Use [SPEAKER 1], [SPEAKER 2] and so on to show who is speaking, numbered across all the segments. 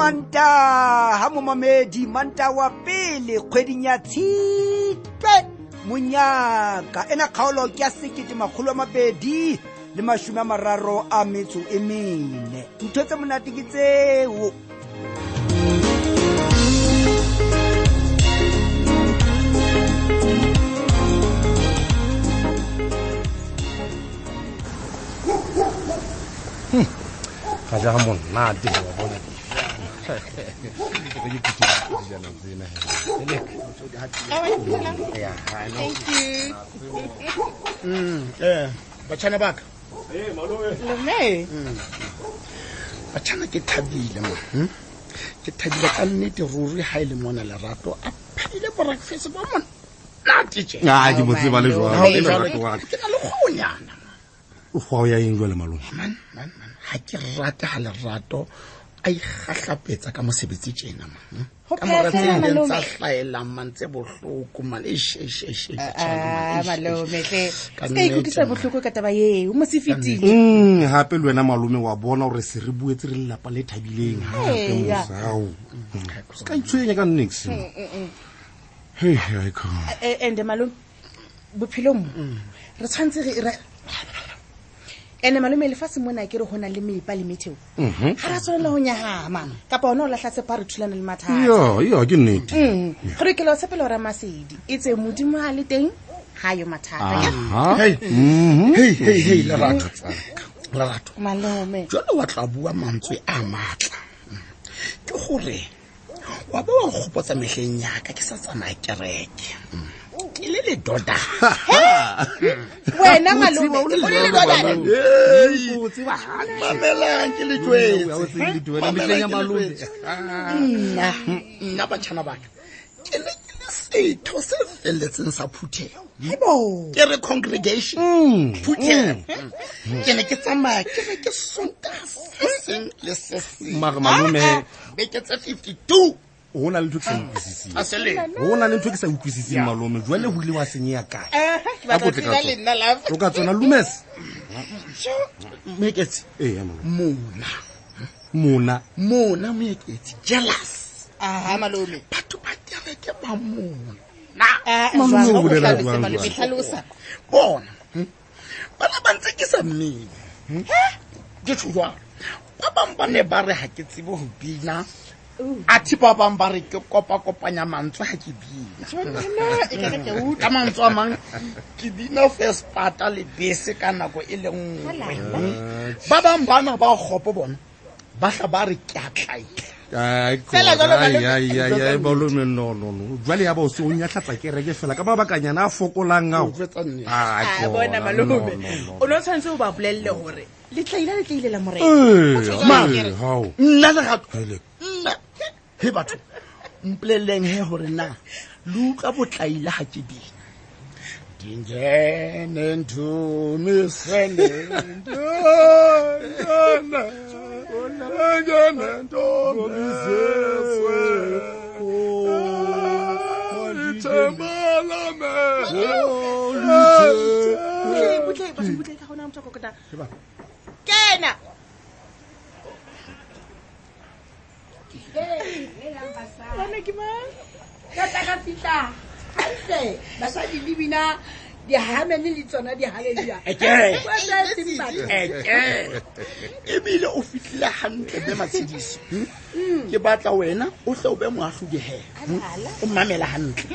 [SPEAKER 1] mantaga momamedi manta wa pele kgweding ya tshitwe monyaka ena kgaolo ke ya sekete makgolo a mabedi le mašome a mararo a metso e mene ntho tse monate ke tseo
[SPEAKER 2] ga jaga monate wa bona
[SPEAKER 3] um batshana baka lone batshana Mm. ke thabile mo hm? ke thabile ka nnete ruri ha e le mona lerato a phaile breakfast ba monate je
[SPEAKER 2] a ke botse ba le
[SPEAKER 3] Ha o le
[SPEAKER 2] jwalo,
[SPEAKER 3] jwalo,
[SPEAKER 2] ke wa-
[SPEAKER 3] ke na le kgonyana
[SPEAKER 2] Go a o ya eng jwa le malong
[SPEAKER 3] man man man ha ke rate ha lerato a ikgatlapetsa ka mosebetsi tjena man hm?
[SPEAKER 4] Ho
[SPEAKER 3] ka mora
[SPEAKER 4] pheha
[SPEAKER 3] tse
[SPEAKER 4] feela,
[SPEAKER 3] ileng tsa
[SPEAKER 4] malome.
[SPEAKER 3] hlaelang man tse bohloko e man eshesheshe
[SPEAKER 4] Ah, malometle
[SPEAKER 3] Ka
[SPEAKER 4] se ka ikutlwisa
[SPEAKER 3] nnete.
[SPEAKER 4] botlhoko ka taba eo mo se fetile
[SPEAKER 2] Mm, gape le wena malome wa bona gore se re buetse re lelapa le thabileng gape
[SPEAKER 4] Eya.
[SPEAKER 2] mosao se ka itshwenya ka nix hei aiko
[SPEAKER 4] Eh, ande malome bophelong
[SPEAKER 2] Mm.
[SPEAKER 4] mo re tshwanetse re- re- ande malome lefatshe mona ke re go na le mepa le metheo
[SPEAKER 2] Mhm.
[SPEAKER 4] ga ra tshwanela go nyagama kapa ona o latlha sepa re thulana le mathata
[SPEAKER 2] ya ya ke nnete
[SPEAKER 4] Mm. go lokela o tshepela ora masedi e tse modimo a le teng ga yo
[SPEAKER 2] Ah.
[SPEAKER 4] mathata
[SPEAKER 2] aha
[SPEAKER 3] Hei.
[SPEAKER 2] Mhm.
[SPEAKER 3] hei hei hei lerato lerato
[SPEAKER 4] malome
[SPEAKER 3] jalo wa tla bua mantswe a maatla ke gore wa ba wa nkgopotsa metlheng yaka ke sa tsamaya kereke ke le le dodane
[SPEAKER 4] wena
[SPEAKER 2] Wa o le
[SPEAKER 4] malome
[SPEAKER 2] jwalo, malome.
[SPEAKER 3] Hei.
[SPEAKER 2] O tseba hantle.
[SPEAKER 3] mamelang ke le
[SPEAKER 2] Ya o tsebe le
[SPEAKER 3] jwetse.
[SPEAKER 2] duela mehleng ya
[SPEAKER 3] Mamelang
[SPEAKER 2] malome.
[SPEAKER 3] ke le jwetse. nna batšhana baka ke ne ke le setho se feleletseng sa phuthego ke re congregation
[SPEAKER 2] Mm.
[SPEAKER 3] phuthego ke ne ke tsamaya ke re ke sonta se seng le se seng
[SPEAKER 2] mare malome
[SPEAKER 3] beke tse fifty-two
[SPEAKER 2] go na le ntho e ke sa utlwisising
[SPEAKER 3] a selemo
[SPEAKER 2] go na le ntho e ke sa utlwisising malome jwale go ile wa senyeya kae
[SPEAKER 4] Eh, batla
[SPEAKER 2] Ka botle ka
[SPEAKER 4] tseba
[SPEAKER 2] tsona.
[SPEAKER 4] lenna lapa.
[SPEAKER 2] o ka tsona lumes
[SPEAKER 3] moeketsi
[SPEAKER 2] ee ya malome
[SPEAKER 3] mona
[SPEAKER 2] mona
[SPEAKER 3] mona moeketsi jealous
[SPEAKER 4] aha Ah, malome
[SPEAKER 3] batho ba kereke ba mona
[SPEAKER 4] Ah,
[SPEAKER 2] Malome,
[SPEAKER 4] jwang,
[SPEAKER 2] o bolela
[SPEAKER 4] hlalosa,
[SPEAKER 2] jwang,
[SPEAKER 4] malome,
[SPEAKER 2] jwang?
[SPEAKER 4] hlalosa.
[SPEAKER 3] bona hm? bana ba ntse ke sa mmele ke tsho jwalo ba bangwe ba ne ba re ga ke tsebe go bina athe ba bangwe ba re ke kopa-kopanya mantswe ga ke bina
[SPEAKER 4] e
[SPEAKER 3] ka mantswe a mang ke bina first pata le bese ka nako e le nngwe ba bangwe bana ba gopo bona ba tla ba re ke a tlaela Fela jwalo ka le-
[SPEAKER 2] balome nonono jwale ya ba o se o nyatlhatsa kereke fela ka mabakanyana a fokolang ao
[SPEAKER 3] Ujwetsa nnete.
[SPEAKER 2] Ah,
[SPEAKER 4] Ah, bona
[SPEAKER 2] kona,
[SPEAKER 4] malome
[SPEAKER 2] no, no,
[SPEAKER 4] o ne o tshwanetse o ba bolelele gore letlaile le tlaile la morena
[SPEAKER 2] Ah. no.
[SPEAKER 3] Mare.
[SPEAKER 2] Ee, ee, Eh, hao.
[SPEAKER 3] nna lerato
[SPEAKER 2] Haele.
[SPEAKER 3] nna he batho mpoleleng he gore na le utlwa botlaile ga ke bina dingene nthomi
[SPEAKER 4] Butle, butle, batho, butle, ka gona motho a kokota. kena Bona ke mang?
[SPEAKER 5] tata ka fitlha gantle basadi le bina dihamene le tsona dihaleluya
[SPEAKER 3] Ekere.
[SPEAKER 5] Kwa tse seng batho.
[SPEAKER 3] eke ebile o fitlhile gantle be matshediso ke batla wena o tle o be moatlhodi he o mamela gantle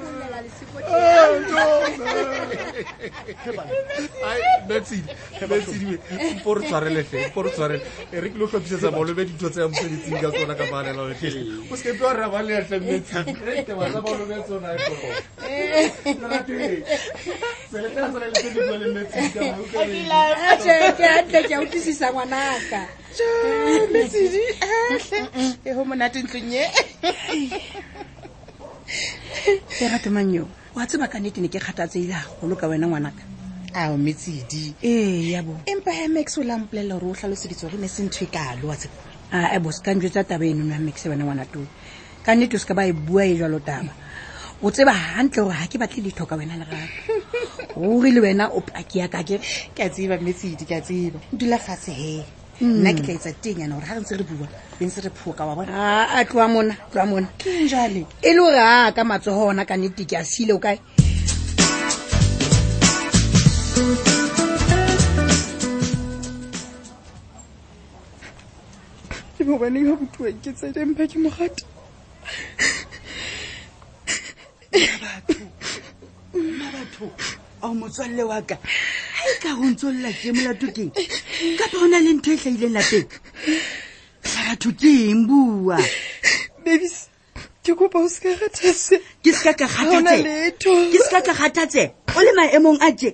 [SPEAKER 5] sokolela leseko tjena.
[SPEAKER 6] mpo re tshwarele fe mpo re tshwarele e re kile go tlhophisetsa malobe ditho tse ya mosebetsing ka tsona ka manelaotlhe o sekepe wa reba le yatle mmetsintebatsa malobe tsona e
[SPEAKER 5] Atjhe, ke hantle ke a utlwisisa ngwanaka
[SPEAKER 4] Lesedi, ahle. e ho monate ntlong ye
[SPEAKER 7] lerato mannyeo wa tseba ka nnete ne ke kgathatseile gagolo ka wena ngwanaka
[SPEAKER 4] ao metsedi
[SPEAKER 7] ee ya bo
[SPEAKER 4] empa he max o la mpolelela gore o tlhaloseditse gore ne se ntho e kalo wa tseba
[SPEAKER 7] a e bos ka njo tsa taba eno na max wena ngwana too ka nnete o se ka ba e bua e jalo taba o tseba gantle gore ga ke batle letho ka wena lerato ruri le wena o paki ya ka ke
[SPEAKER 4] ke a tseba metsedi ke a tseba dula fatshe he
[SPEAKER 7] Mm.
[SPEAKER 4] nna ke tla etsa teng yana gore ga re ntse re bua be ntse re phoka wa bona
[SPEAKER 7] a tloa mona tloa mona
[SPEAKER 4] keng jale
[SPEAKER 7] e le gore a ka matsogo ona ka nnete ke a sile o kae
[SPEAKER 4] ke mobane yo botua ke tsedempa ke mogata
[SPEAKER 7] ao motswalle wa ka ga e ka go ntsolola ke molato keng kapa go na le ntho e tlaileng lapeng saratho ke eng bua
[SPEAKER 4] babis ke kopa o seka ratase
[SPEAKER 7] ke seka ka
[SPEAKER 4] Haona
[SPEAKER 7] kgathatse
[SPEAKER 4] letho.
[SPEAKER 7] ke seka ka kgathatse o le maemong a tje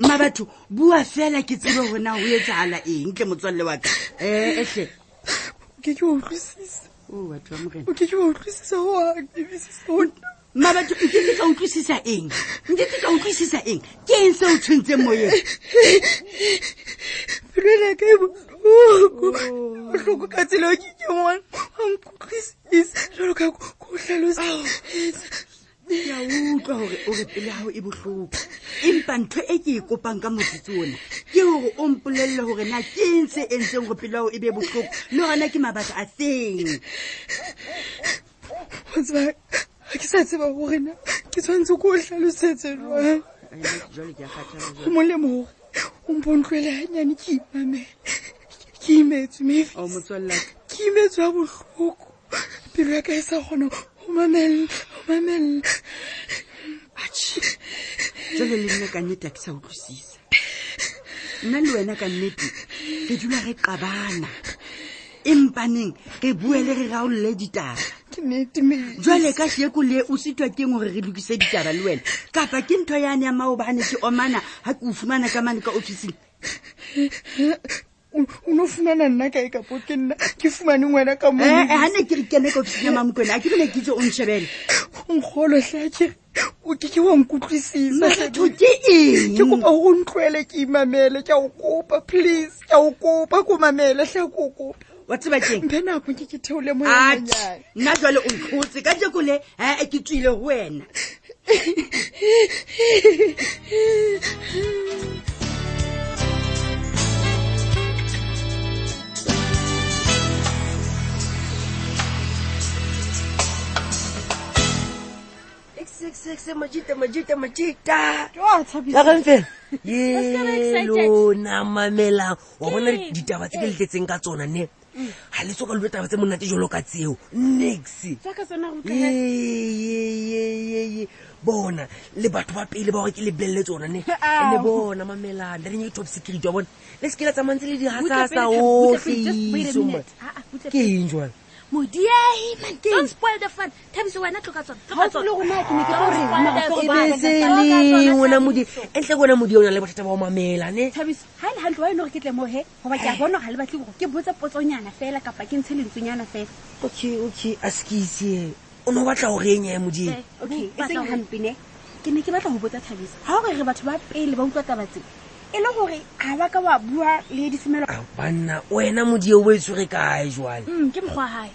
[SPEAKER 7] mma batho bua fela ke tsebe gona go etsagala eng tle motswalle wa ka eetlhe
[SPEAKER 4] ke ke wa utlwisisa
[SPEAKER 7] o batho ba morena
[SPEAKER 4] o ke ke wa utlwisisa goa babis sona
[SPEAKER 7] mma batho nkete ka utlwisisa eng nkete ka utlwisisa eng ke eng se o tshwentseng moyeng
[SPEAKER 4] pelwela ka e botlhoko
[SPEAKER 7] Oh.
[SPEAKER 4] botlhoko ka tsela o ke ke ngwana a nkutlwisisa jalo ka ko o tlhalosetsa
[SPEAKER 7] ke a utlwa gore o re pele gago e botlhoko empa ntho e ke e kopang ka motsitsi ona ke gore o mpolelele gore na ke eng se e ntseng gore pele gago e be botlhoko le gona ke mabaka a seng
[SPEAKER 4] wa tseba ga ke sa tseba gorena ke tshwanetse ko o tlhalosetse jwang
[SPEAKER 7] jalo ke a kgathala
[SPEAKER 4] go molemo gore o mpo ntloele ganyane ke imamele ke imetswe mme
[SPEAKER 8] Oh,
[SPEAKER 7] o motswallaka
[SPEAKER 4] ke imetswe ya botlhoko pelo ya ka e sa kgona go mamelela go mamelela
[SPEAKER 7] jalo le nna ka nnete a ke sa utlwisisa nna le wena ka nnete re dula re qabana empaneng re buele re raolole ditaba
[SPEAKER 4] ke netemele
[SPEAKER 7] jwale ka sheko le o sitwa ke eng gore re lokise ditaba le wena kapa ke ntho yane ya maobane ke omana ga ke o fumana ka mane ka officing
[SPEAKER 4] o ne o fumana nna kae kapo ke nna ke fumane ngwena ka mo
[SPEAKER 8] Eh?
[SPEAKER 7] ee ga Eh, ne ke re kene ka officing ya mamokwena a ke bone kitse o nshebele
[SPEAKER 4] nkgolo tlhakere o ke ke wa nkutlwisisa
[SPEAKER 7] maratho ke eng
[SPEAKER 4] ke kopa go ntloele ke imamele ke a go kopa please ke a go kopa ko mamele tlha ko kopa
[SPEAKER 7] wa tseba keng
[SPEAKER 4] mphe nako ke ke theole
[SPEAKER 7] ate
[SPEAKER 4] moyanyane
[SPEAKER 7] nna jwale o nkgotse ka jeko le ee ke tswile go wena
[SPEAKER 5] mojita mojita mojita
[SPEAKER 8] kagamfela ye lona mamelang wa bona ditaba tse ke letletseng ka tsona ne ga le soka lue taba tse monate jalo ka tseo nix yeyeyeye bona le batho ba pele ba gore ke lebelele tsona ne ande bona mamelang darenye ke top security wa bona le seke la tsamantse le digatsa sa otlhe
[SPEAKER 9] Ah,
[SPEAKER 8] ke eng jale
[SPEAKER 9] modiaimanspoil the fun thabiso wena tloka
[SPEAKER 8] ebeseleng wena modi entle kona modi o na le bothata ba o mamela ne
[SPEAKER 9] thabiso ga e le gantle wa e ne gore ke tlemoge goba ke a bona ga le batle gore ke botse potsonyana fela kapa ke ntshe lentswenyana fela
[SPEAKER 8] okay okay a sekeise o ne o batla go reng ya modimo
[SPEAKER 9] Eh, okay e seng gampene ke ne ke batla go botsa thabiso ga gore re batho ba pele ba utlwa tabatseng e le gore ga ba ka wa bua le disemelo
[SPEAKER 8] A, banna wena modio o e tshwere kae jale
[SPEAKER 9] Mm, ke mokgwa gae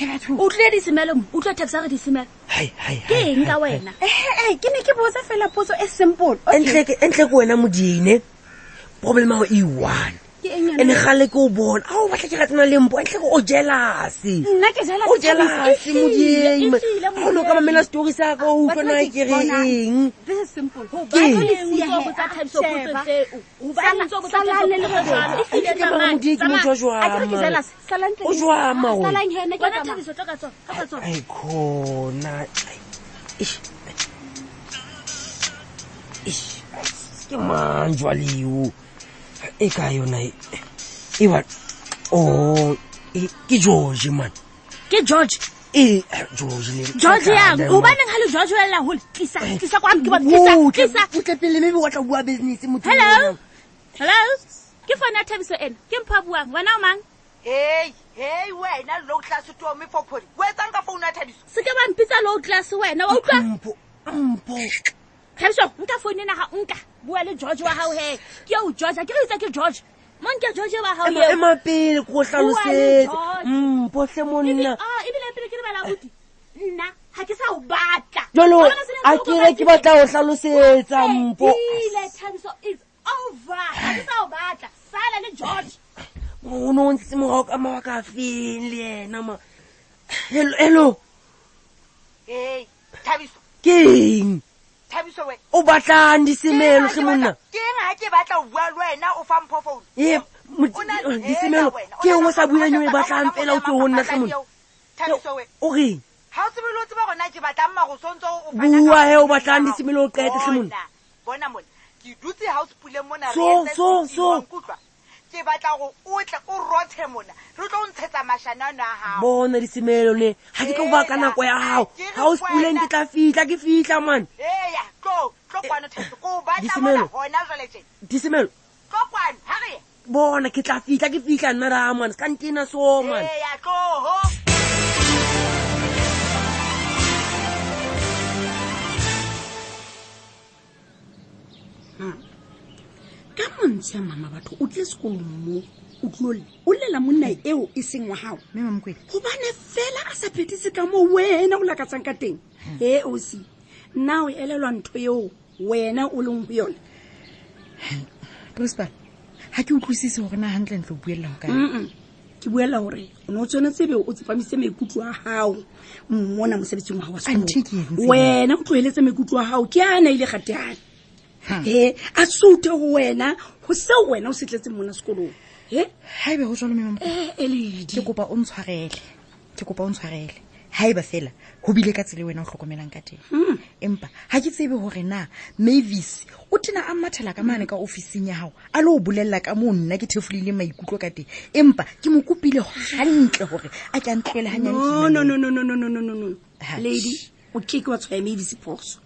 [SPEAKER 9] o tlile disemelo mo utlwa thabiso a re disemelo ke eng ka wena ee ke ne ke botsa fela potso e simple
[SPEAKER 8] entle ke entle ke e wena modine problem ao e one
[SPEAKER 9] ke eng
[SPEAKER 8] and
[SPEAKER 9] yona?
[SPEAKER 8] gale ke o bona a o batla ke ratsena lempo entle ke e o jelase
[SPEAKER 9] nna ke jela
[SPEAKER 8] o jelase modimo ga o ne o ka mamela story sa ka o
[SPEAKER 9] But
[SPEAKER 8] utlwana e
[SPEAKER 9] nna
[SPEAKER 8] Ah, ke
[SPEAKER 9] ke
[SPEAKER 8] re
[SPEAKER 9] bonang.
[SPEAKER 8] eng O jwang
[SPEAKER 9] Ah,
[SPEAKER 8] ma wena? ai khona Eish. Eish. ke mang jwaleo e ka yona e- e ba o e- ke george man
[SPEAKER 9] ke george
[SPEAKER 8] e george le-
[SPEAKER 9] george yang
[SPEAKER 8] Kakana, man.
[SPEAKER 9] gobaneng ga le george o elela gole tlisa
[SPEAKER 8] Eh.
[SPEAKER 9] tlisa kwano ke
[SPEAKER 8] Wo,
[SPEAKER 9] botlisa
[SPEAKER 8] tle- o tle pele maybe wa tla bua business motho
[SPEAKER 9] hello
[SPEAKER 8] ona.
[SPEAKER 9] hello ke fone ya thabiso ena ke mpho a buang wena o mang
[SPEAKER 7] hei hei wena lo tla setome fophodi o etsang ka founu ya thadiso
[SPEAKER 9] se ke bampitsa low class wena wa utlwa
[SPEAKER 8] mpho mpho
[SPEAKER 9] thabiso nka founu ena ga nka bua le george wa gago he ke eo george a ke re itse ke george monke george wa
[SPEAKER 8] Ema-
[SPEAKER 9] gaoeo
[SPEAKER 8] ema pele ko hlalosetse mpotlhe monna
[SPEAKER 9] ebile pele ke le balaodi nna ga ke sa o batla
[SPEAKER 8] jalo
[SPEAKER 9] Ka bana sena
[SPEAKER 8] a
[SPEAKER 9] se
[SPEAKER 8] kere ke batla go hlalosetsa mpo
[SPEAKER 9] fedile, Thabiso is over ga ke sa o batla sala le george
[SPEAKER 8] o ne o ntshitse morago ka mawaka a feng le ena ma Hello- hello
[SPEAKER 10] ee thabiso
[SPEAKER 8] ke eng
[SPEAKER 10] thabiso wena
[SPEAKER 8] o batlang disemelo ge monna
[SPEAKER 10] ke eng ga ke batla ho bua le wena o fa mphofounu
[SPEAKER 8] e mo-
[SPEAKER 10] O na-
[SPEAKER 8] eh,
[SPEAKER 10] Hela
[SPEAKER 8] disemelo
[SPEAKER 10] wena, o
[SPEAKER 8] ke
[SPEAKER 10] na-
[SPEAKER 8] engwe sa buang yo e
[SPEAKER 10] o na-
[SPEAKER 8] batlang fela o tse go nna tlhe
[SPEAKER 10] thabiso
[SPEAKER 8] monna
[SPEAKER 10] wena
[SPEAKER 8] o reng
[SPEAKER 10] ga o tsebele o tseba gona ke batlang magoso ntse o fana ka-
[SPEAKER 8] bua he o batlang disemelo o qete tlhe monna
[SPEAKER 10] Bona, bona mona ke dutse ga o sepuleng mona
[SPEAKER 8] So, so, so.
[SPEAKER 10] kutlwa ke batla gore o tle o rothe mona re tlo o ntshetsa mašhanano a gago
[SPEAKER 8] bona disemelo ne ga ke tlo boa ka nako ya gago ga o sepuleng ke tla fitlha ke fitlha mane
[SPEAKER 10] eya tlo tlo kwano theso ko batla mona
[SPEAKER 8] Disemelo.
[SPEAKER 10] gona jwale tjena
[SPEAKER 8] disemelo
[SPEAKER 10] tlo kwano ga re ye
[SPEAKER 8] bona ke tla fitlha ke fitlha nna ramane se ka ntena so mane
[SPEAKER 10] eya tlo ho
[SPEAKER 5] ka montshe ya mama batho o tle sekolong moo o tlole o lela monna eo e seng wa gago gobane fela a sa phetise ka moo wena o lakatsang ka teng e osi nna o elelwa ntho eo wena o leng go yona
[SPEAKER 4] prosper ga ke utlwisise gore na gantlentle o buelelang ka
[SPEAKER 5] Mm-mm. ke buela gore o ne o tshwanetse be o tsepamise maikutlo a gago mmona mosebetsing wa gago wa sekolo.
[SPEAKER 4] Auntie, ke eng tsena?
[SPEAKER 5] wena o tloeletse maikutlo a gago ke a na ile gateane e a soute go wena go seo wena o se tletseng mona sekolong e
[SPEAKER 4] ga ebe go jalo memam
[SPEAKER 5] e e ledi
[SPEAKER 4] ke kopa o ntshwarele ke kopa o ntshwarele ga e ba fela go bile ka tsela e wena o tlhokomelang ka teng
[SPEAKER 5] Mm.
[SPEAKER 4] empa ga ke tsebe gore na mavis o tena a mmathela ka mane ka officing ya gago a le o bolelela ka moo nna ke thefolile maikutlo ka teng empa ke mo kopile gantle gore a ke a ntlogele ganyane
[SPEAKER 5] no no no no no no no no no no
[SPEAKER 4] Ha.
[SPEAKER 5] lady o keke wa tshwaya mavisi phoso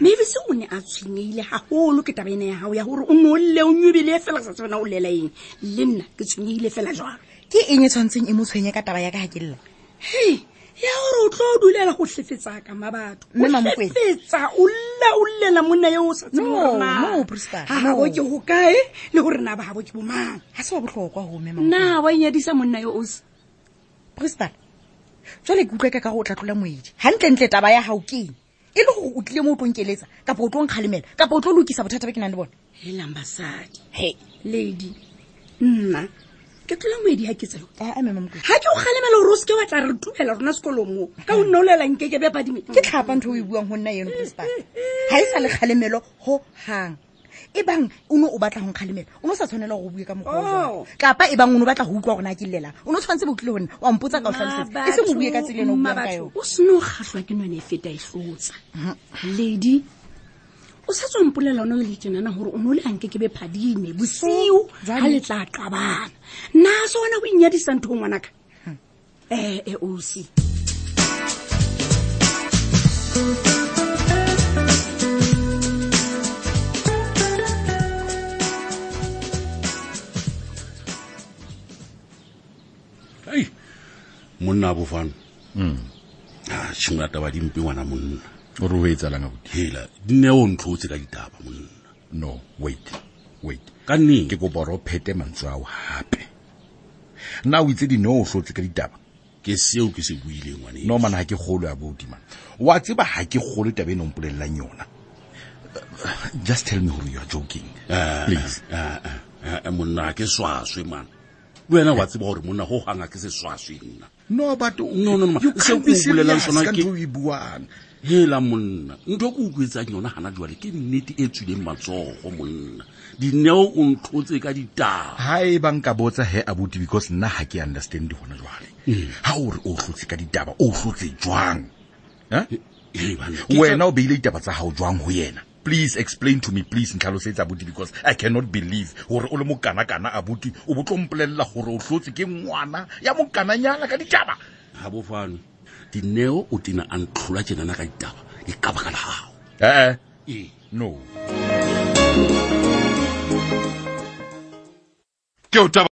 [SPEAKER 5] mavisi o ne a tshwenyeile gagolo ke taba ena ya gago ya gore o ne o lle o nyobile fela sa tsebana o lela eng le nna ke tshwenyeile fela jalo
[SPEAKER 4] ke eng e tshwanetseng e mo tshwenye ka taba ya ka ga ke lla
[SPEAKER 5] hei ya gore o tlo o dulela go hlefetsa ka mabatho
[SPEAKER 4] Mme Mamokwena-
[SPEAKER 5] hlefetsa o lla o llela monna yo o sa tsebe
[SPEAKER 4] No,
[SPEAKER 5] gore
[SPEAKER 4] no, Priscilla,
[SPEAKER 5] gagabo
[SPEAKER 4] no.
[SPEAKER 5] ke go kae le gore na bagabo ke bomang
[SPEAKER 4] ga se wa botlhokwa go mema
[SPEAKER 5] nna wa enyadisa monna yo osi
[SPEAKER 4] principal jale ke utlwa ka ka go o tlatlola moedi gantlentle taba ya gao ke eng e le gore o tlile mo o tlo nkeletsa kapa o tlo nkgalemela kapa o tlo lokisa bothata ba ke nang le bone
[SPEAKER 5] helang basadi
[SPEAKER 4] he
[SPEAKER 5] lady nna ke tlola moedi ga ke tseo
[SPEAKER 4] aa memamko
[SPEAKER 5] ga ke o galemela gore o seke wa tla re tumela rona sekolong moo ka o nne o lelankeke be padime
[SPEAKER 4] ke tlhapa ntho o e buang go nna eno principal ga e sa le kgalemelo go gang e bang o ne o batla go nkgalemela o ne o sa tshwanela go bue ka mokgwa o jwalo.
[SPEAKER 5] Oh.
[SPEAKER 4] kapa e bang o ne o batla go utlwa gore na ke llelang o ne o tshwanetse botlile go nna wa mpotsa ka o tlhalosetsa e seng o bue ka tsela eno o buang ka yone
[SPEAKER 5] o sene o gatlhwa ke none e feta e tlotsa lady o sa tswa mpolela one o le tenana gore o ne o le anke ke be phadime bosio ga le tla qabana nna se ona o inyadisa ntho ngwanaka ee e osi
[SPEAKER 2] ei monna a bofano
[SPEAKER 6] Hmm.
[SPEAKER 2] a tšhingola taba dimpe ngwana monna
[SPEAKER 6] o re o etsalang abuti
[SPEAKER 2] hela nne o ntlhotse ka ditaba monna
[SPEAKER 6] no wait wait
[SPEAKER 2] ka nneng
[SPEAKER 6] ke kopa gore o phete mantswe ao gape nna o itse dine o tlotse ka ditaba
[SPEAKER 2] ke seo ke se buileng ngwane
[SPEAKER 6] no mana ga ke golo ya bodima wa tseba ga ke golo taba e neng polelelang yona just tell me gore you are joking please
[SPEAKER 2] monna ke swaswe mana wena wa tseba gore monna go ganga ke se swaswe nna
[SPEAKER 6] no but
[SPEAKER 2] No, no, no, ma-
[SPEAKER 6] you
[SPEAKER 2] seo
[SPEAKER 6] can't
[SPEAKER 2] ke
[SPEAKER 6] be
[SPEAKER 2] o bolelang
[SPEAKER 6] serious
[SPEAKER 2] sona
[SPEAKER 6] ka
[SPEAKER 2] ke-
[SPEAKER 6] ntho e buang
[SPEAKER 2] hela monna ntho ke utlwetsang yona gana jale ke nnete e tswileng matsogo monna dineo o ntlhotse ka ditaba
[SPEAKER 6] ha e bang ka botsa he abuti because nna ha ke understand hona jwale
[SPEAKER 2] Ee.
[SPEAKER 6] ha o re o hlotse ka ditaba o hlotse jwang Eh?
[SPEAKER 2] Hei, banna, ke tla-
[SPEAKER 6] wena o beile ditaba tsa hao jwang ho yena please explain to me please ntlhalosetsa abuti because i cannot believe gore o le mokana-kana abuti o bo tlo mpolelela gore o hlotse ke ngwana ya mokananyana ka ditaba
[SPEAKER 2] ga bofane dineo o tena a ntlhola tjenana ka ditaba ke ka baka la Eh. gago
[SPEAKER 6] ee
[SPEAKER 2] ee
[SPEAKER 6] Eh, no
[SPEAKER 2] ke o taba